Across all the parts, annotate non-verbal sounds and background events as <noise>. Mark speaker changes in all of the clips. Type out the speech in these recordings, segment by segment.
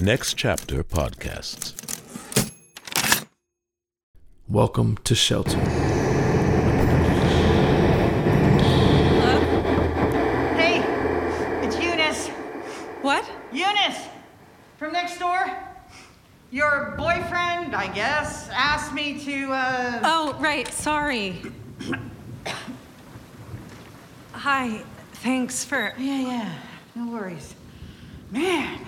Speaker 1: Next Chapter Podcasts.
Speaker 2: Welcome to shelter.
Speaker 3: Hey, it's Eunice.
Speaker 4: What?
Speaker 3: Eunice, from next door. Your boyfriend, I guess, asked me to. Uh,
Speaker 4: Oh, right, sorry. Hi, thanks for.
Speaker 3: yeah, yeah, no worries. Man,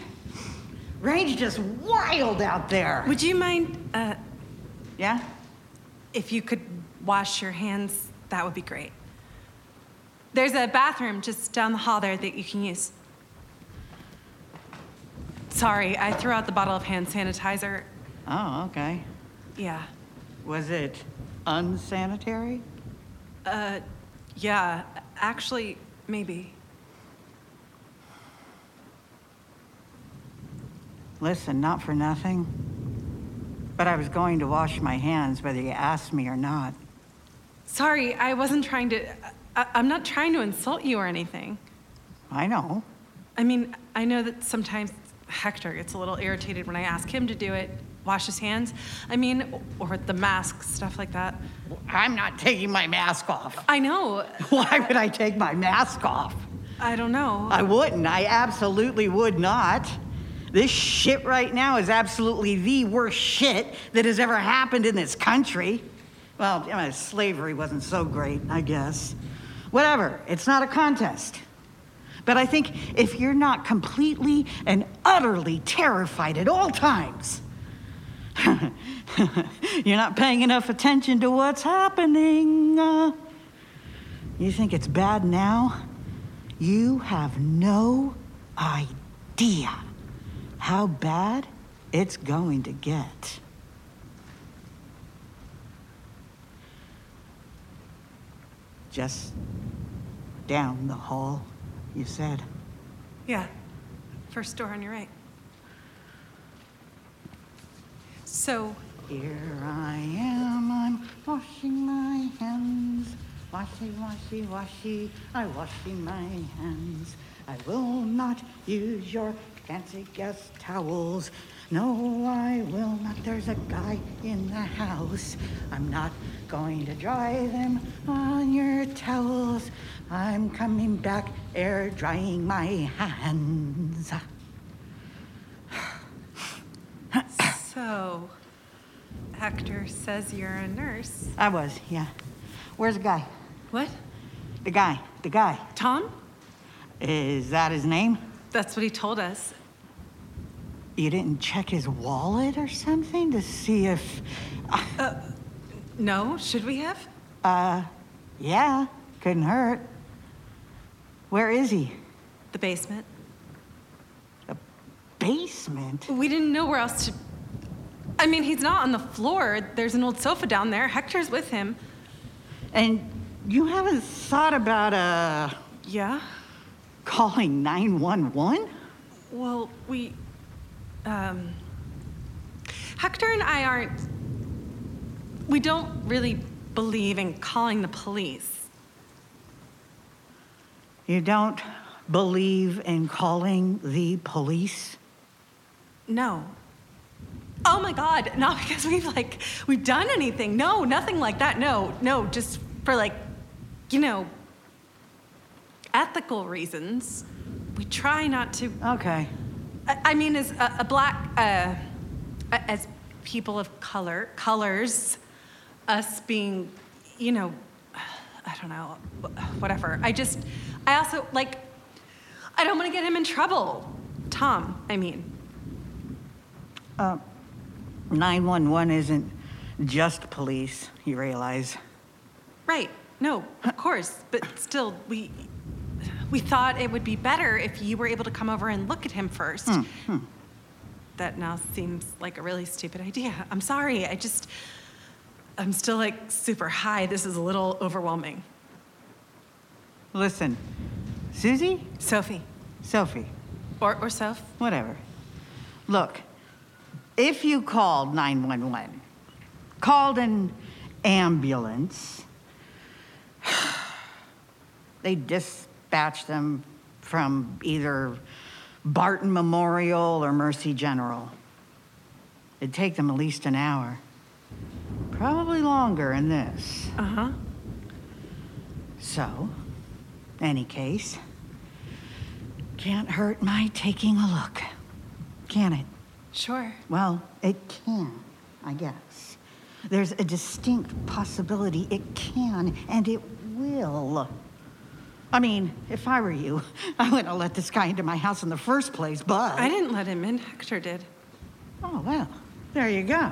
Speaker 3: range just wild out there.
Speaker 4: Would you mind uh,
Speaker 3: yeah.
Speaker 4: if you could wash your hands? That would be great. There's a bathroom just down the hall there that you can use. Sorry, I threw out the bottle of hand sanitizer.
Speaker 3: Oh, okay.
Speaker 4: Yeah.
Speaker 3: Was it unsanitary?
Speaker 4: Uh, yeah, actually, maybe.
Speaker 3: Listen, not for nothing. But I was going to wash my hands whether you asked me or not.
Speaker 4: Sorry, I wasn't trying to. I, I'm not trying to insult you or anything.
Speaker 3: I know.
Speaker 4: I mean, I know that sometimes Hector gets a little irritated when I ask him to do it, wash his hands. I mean, or the mask, stuff like that.
Speaker 3: I'm not taking my mask off.
Speaker 4: I know.
Speaker 3: <laughs> Why would I take my mask off?
Speaker 4: I don't know.
Speaker 3: I wouldn't. I absolutely would not. This shit right now is absolutely the worst shit that has ever happened in this country. Well, I mean, slavery wasn't so great, I guess. Whatever, it's not a contest. But I think if you're not completely and utterly terrified at all times, <laughs> you're not paying enough attention to what's happening. Uh, you think it's bad now? You have no idea how bad it's going to get. Just down the hall, you said.
Speaker 4: Yeah. First door on your right. So,
Speaker 3: Here I am, I'm washing my hands. Washy, washy, washy, I washy my hands. I will not use your fancy guest towels. No, I will not. There's a guy in the house. I'm not going to dry them on your towels. I'm coming back, air drying my hands.
Speaker 4: so, Hector says you're a nurse.
Speaker 3: I was, yeah. Where's the guy?
Speaker 4: What?
Speaker 3: The guy, the guy.
Speaker 4: Tom?
Speaker 3: Is that his name?
Speaker 4: That's what he told us.
Speaker 3: You didn't check his wallet or something to see if.
Speaker 4: No, should we have?
Speaker 3: Uh, yeah, couldn't hurt. Where is he?
Speaker 4: The basement.
Speaker 3: Basement?
Speaker 4: We didn't know where else to. I mean, he's not on the floor. There's an old sofa down there. Hector's with him.
Speaker 3: And you haven't thought about, uh,
Speaker 4: Yeah?
Speaker 3: calling 911?
Speaker 4: Well, we. Um, Hector and I aren't. We don't really believe in calling the police.
Speaker 3: You don't believe in calling the police?
Speaker 4: No. Oh my God, not <laughs> because we've like, we've done anything. No, nothing like that. No, no, just for like, you know, ethical reasons. We try not to
Speaker 3: Okay.
Speaker 4: I I mean, as a, a black, uh, a- as people of color, colors, us being, you know, I don't know, whatever. I just, I also, like, I don't want to get him in trouble. Tom, I mean.
Speaker 3: 911 isn't just police, you realize.
Speaker 4: Right. No, of course. But still, we. We thought it would be better if you were able to come over and look at him first. That now seems like a really stupid idea. I'm sorry. I just. I'm still like super high. This is a little overwhelming.
Speaker 3: Listen, Susie?
Speaker 4: Sophie.
Speaker 3: Sophie.
Speaker 4: Or, or Soph.
Speaker 3: whatever. Look, if you called 911, called an ambulance, <sighs> they dispatch them from either Barton Memorial or Mercy General. It'd take them at least an hour. Probably longer in this.
Speaker 4: Uh huh.
Speaker 3: So, any case, can't hurt my taking a look, can it?
Speaker 4: Sure.
Speaker 3: Well, it can, I guess. There's a distinct possibility it can and it will. I mean, if I were you, <laughs> I wouldn't have let this guy into my house in the first place, but.
Speaker 4: I didn't let him in. Hector did.
Speaker 3: Oh, well, there you go.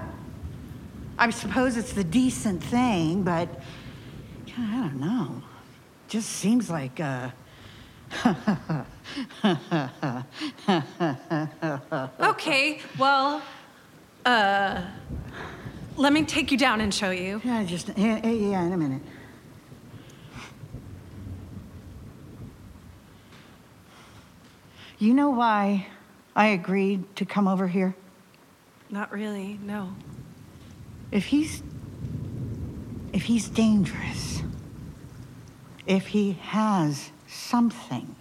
Speaker 3: I suppose it's the decent thing, but yeah, I don't know. Just seems like uh
Speaker 4: Oh. Okay, well, uh, let me take you down and show you.
Speaker 3: Yeah, just yeah, yeah, yeah, in a minute. You know why I agreed to come over here?
Speaker 4: Not really, no.
Speaker 3: If he's if he's dangerous, if he has something,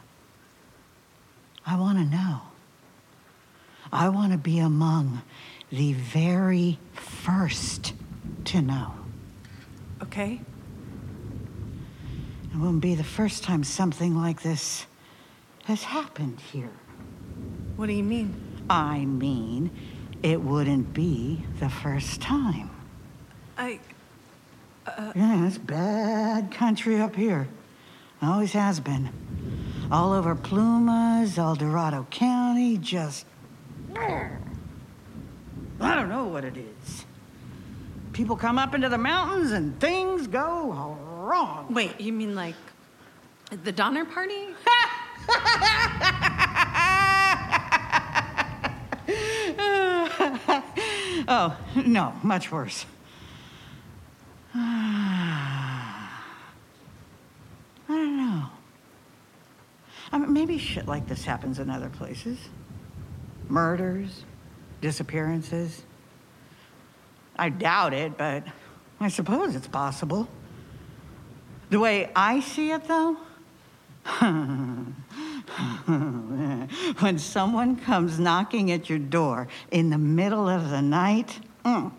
Speaker 3: I want to know. I want to be among the very first to know.
Speaker 4: Okay?
Speaker 3: It won't be the first time something like this has happened here.
Speaker 4: What do you mean?
Speaker 3: I mean, it wouldn't be the first time.
Speaker 4: I.
Speaker 3: Yeah, it's bad country up here. Always has been. All over Plumas, El Dorado County, just. I don't know what it is. People come up into the mountains and things go wrong.
Speaker 4: Wait, you mean like the Donner Party?
Speaker 3: <laughs> Oh, no, much worse. <sighs> I don't know. I mean, maybe shit like this happens in other places murders, disappearances. I doubt it, but I suppose it's possible. The way I see it, though, <laughs> hmm. <laughs> when someone comes knocking at your door in the middle of the night, mm,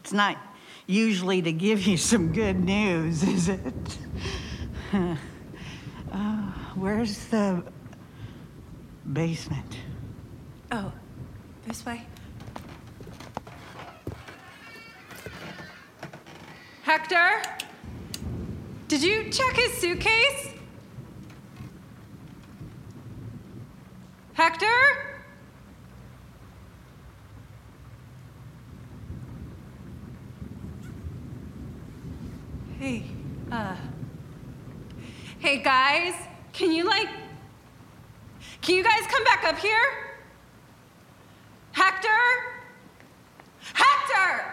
Speaker 3: it's not usually to give you some good news, <laughs> is it? Uh, where's the basement?
Speaker 4: Oh, this way. Hector? Did you check his suitcase? Hector? Hey, uh. Hey, guys, can you, like. Can you guys come back up here? Hector? Hector!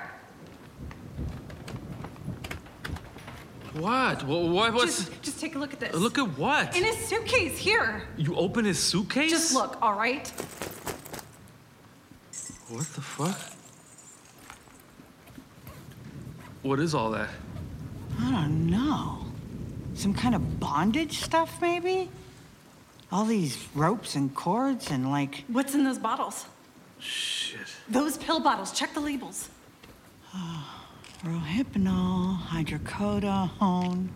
Speaker 5: What? Wha- Why was?
Speaker 4: Just, just take a look at this.
Speaker 5: Look at what?
Speaker 4: In his suitcase here.
Speaker 5: you open his suitcase?
Speaker 4: Just look, all right?
Speaker 5: What the fuck? What is all that?
Speaker 3: I don't know. Some kind of bondage stuff, maybe? All these ropes and cords and like.
Speaker 4: What's in those bottles?
Speaker 5: Shit.
Speaker 4: Those pill bottles. Check the labels.
Speaker 3: Rohypnol, hydrocodone,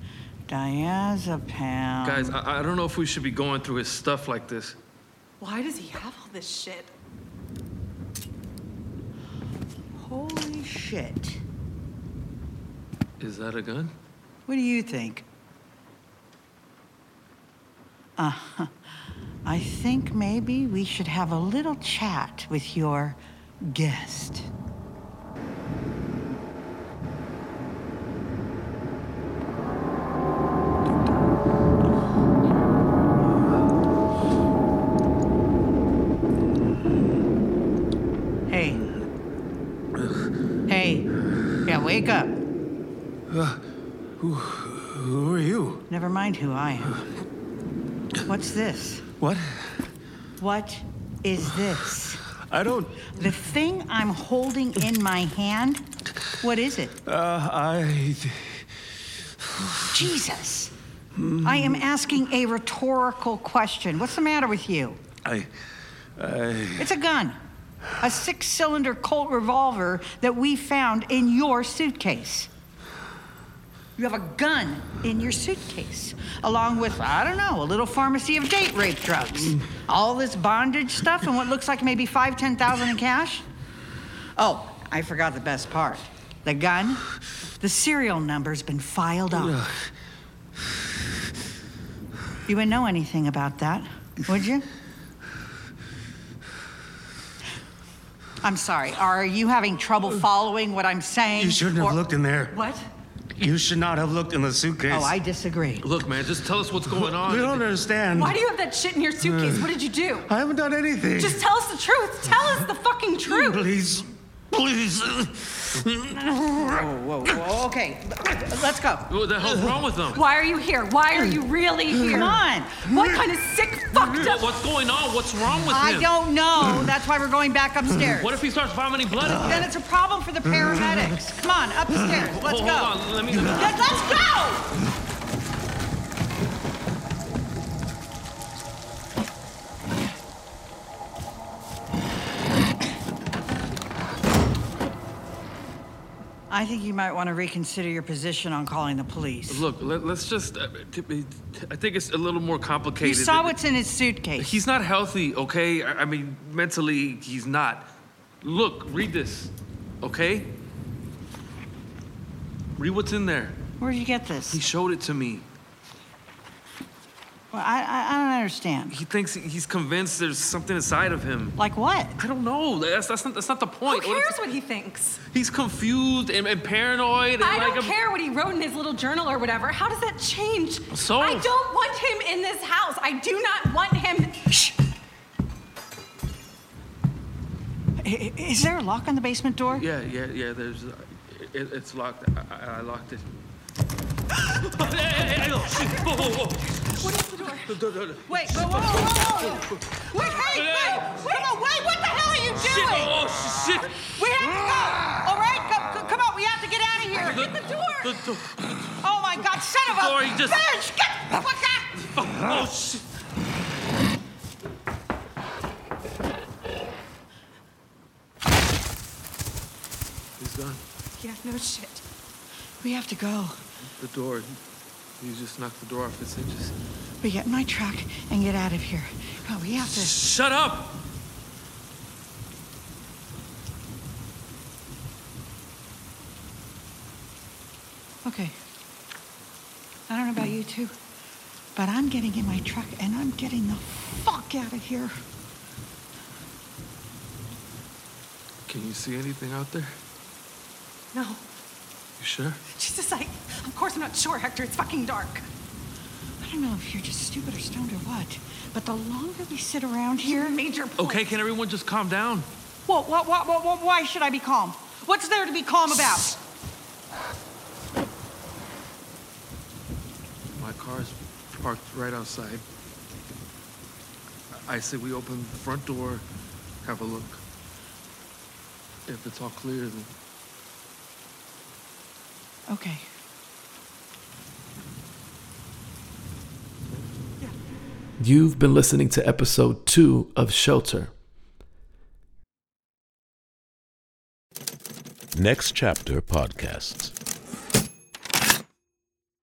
Speaker 3: diazepam.
Speaker 5: Guys, I, I don't know if we should be going through his stuff like this.
Speaker 4: Why does he have all this shit?
Speaker 3: Holy shit.
Speaker 5: Is that a gun?
Speaker 3: What do you think? Uh, I think maybe we should have a little chat with your guest. Hey. Hey. Yeah, wake up.
Speaker 5: Who are you?
Speaker 3: Never mind who I am. What's this?
Speaker 5: What?
Speaker 3: What is this?
Speaker 5: I don't.
Speaker 3: The thing I'm holding in my hand? What is it?
Speaker 5: Uh, I.
Speaker 3: Jesus! I am asking a rhetorical question. What's the matter with you?
Speaker 5: I.
Speaker 3: It's a gun. A six cylinder Colt revolver that we found in your suitcase. You have a gun in your suitcase, along with, I don't know, a little pharmacy of date rape drugs, all this bondage stuff, and what looks like maybe five, ten thousand in cash. Oh, I forgot the best part the gun. The serial number's been filed off. You wouldn't know anything about that, would you? I'm sorry. Are you having trouble following what I'm saying?
Speaker 6: You shouldn't have
Speaker 3: Or-
Speaker 6: looked in there.
Speaker 3: What?
Speaker 6: You should not have looked in the suitcase.
Speaker 3: Oh, I disagree.
Speaker 5: Look, man, just tell us what's going
Speaker 6: <laughs> You don't
Speaker 5: on.
Speaker 6: understand.
Speaker 4: Why do you have that shit in your
Speaker 3: Uh.
Speaker 4: suitcase? What did you do?
Speaker 6: I haven't done anything.
Speaker 4: Just tell us the truth. Tell us the fucking truth.
Speaker 6: please, please.
Speaker 3: Whoa, whoa, whoa. Okay, let's go.
Speaker 5: What the hell's wrong with them?
Speaker 4: Why are you here? Why are you really here?
Speaker 3: Come on.
Speaker 4: What kind of sick, fucked
Speaker 5: What-
Speaker 4: up?
Speaker 5: What's going on? What's wrong with
Speaker 3: I
Speaker 5: him?
Speaker 3: don't know. That's why we're going back upstairs.
Speaker 5: What if he starts vomiting blood? again?
Speaker 3: Then it's a problem for the paramedics. Come on, upstairs. Let's
Speaker 5: hold,
Speaker 3: go.
Speaker 5: Hold on, let
Speaker 3: <laughs>
Speaker 5: me. Let me
Speaker 3: Let- Let's go! I think you might want to reconsider your position on calling the police.
Speaker 5: Look, let, let's just. Uh, t- t- I think it's a little more
Speaker 3: You
Speaker 5: complicated.
Speaker 3: saw what's in his suitcase.
Speaker 5: He's not healthy, okay? I, I mean, mentally, he's not. Look, read this, okay? Read what's in there.
Speaker 3: Where'd you get
Speaker 5: He
Speaker 3: this?
Speaker 5: showed it to me.
Speaker 3: Well, I, I, I don't understand.
Speaker 5: He thinks he's convinced there's something inside of him.
Speaker 3: Like what?
Speaker 5: I don't know. That's, that's, not, that's not the
Speaker 4: Who
Speaker 5: point. What
Speaker 4: cares
Speaker 5: if-
Speaker 4: what he thinks?
Speaker 5: he's confused and, and paranoid. And
Speaker 4: I
Speaker 5: like
Speaker 4: don't
Speaker 5: a-
Speaker 4: care what he wrote in his little journal or whatever. How does that change?
Speaker 5: So?
Speaker 4: I don't want him in this house. I do not want him. Shh.
Speaker 3: I- I- Is there a lock on the basement door?
Speaker 5: Yeah, yeah, yeah. There's, uh, it, it's locked. I, I, I
Speaker 4: <laughs>
Speaker 5: locked it. hey, hey, hey, hey, whoa, whoa, whoa.
Speaker 4: What is the door?
Speaker 5: No, no, no.
Speaker 3: Wait, whoa, whoa, whoa, whoa, whoa! Wait, hey, wait! Wait, whoa, wait, what the hell are you
Speaker 5: Shit!
Speaker 3: doing?
Speaker 5: Oh, shit!
Speaker 3: We have to go! All right, go, go, come on, we have to get out of here! Get the door!
Speaker 5: The door.
Speaker 3: Oh my god, son of
Speaker 5: door,
Speaker 3: a
Speaker 5: he just-
Speaker 3: bitch! Get the fuck out!
Speaker 5: Oh, shit. He's gone.
Speaker 4: Yeah, no shit.
Speaker 3: We have to go.
Speaker 5: The door. You just knocked the door off its hinges.
Speaker 3: We get in my truck and get out of here. Come on, we have to.
Speaker 5: Shut up!
Speaker 3: Okay. I don't know about you two, but I'm getting in my truck and I'm getting the fuck out of here.
Speaker 5: Can you see anything out there?
Speaker 4: No.
Speaker 5: You sure?
Speaker 4: Jesus, I. Of course I'm not sure, Hector. It's fucking dark.
Speaker 3: I don't know if you're just stupid or stoned or what, but the longer we sit around here.
Speaker 4: Major point.
Speaker 5: Okay, can everyone just calm down?
Speaker 3: Whoa, whoa, whoa, whoa, whoa, why should I be calm? What's there to be calm about?
Speaker 5: My car's parked right outside. I I say we open the front door, have a look. If it's all clear, then
Speaker 3: Okay.
Speaker 2: You've been listening to episode two of Shelter.
Speaker 1: Next Chapter Podcasts.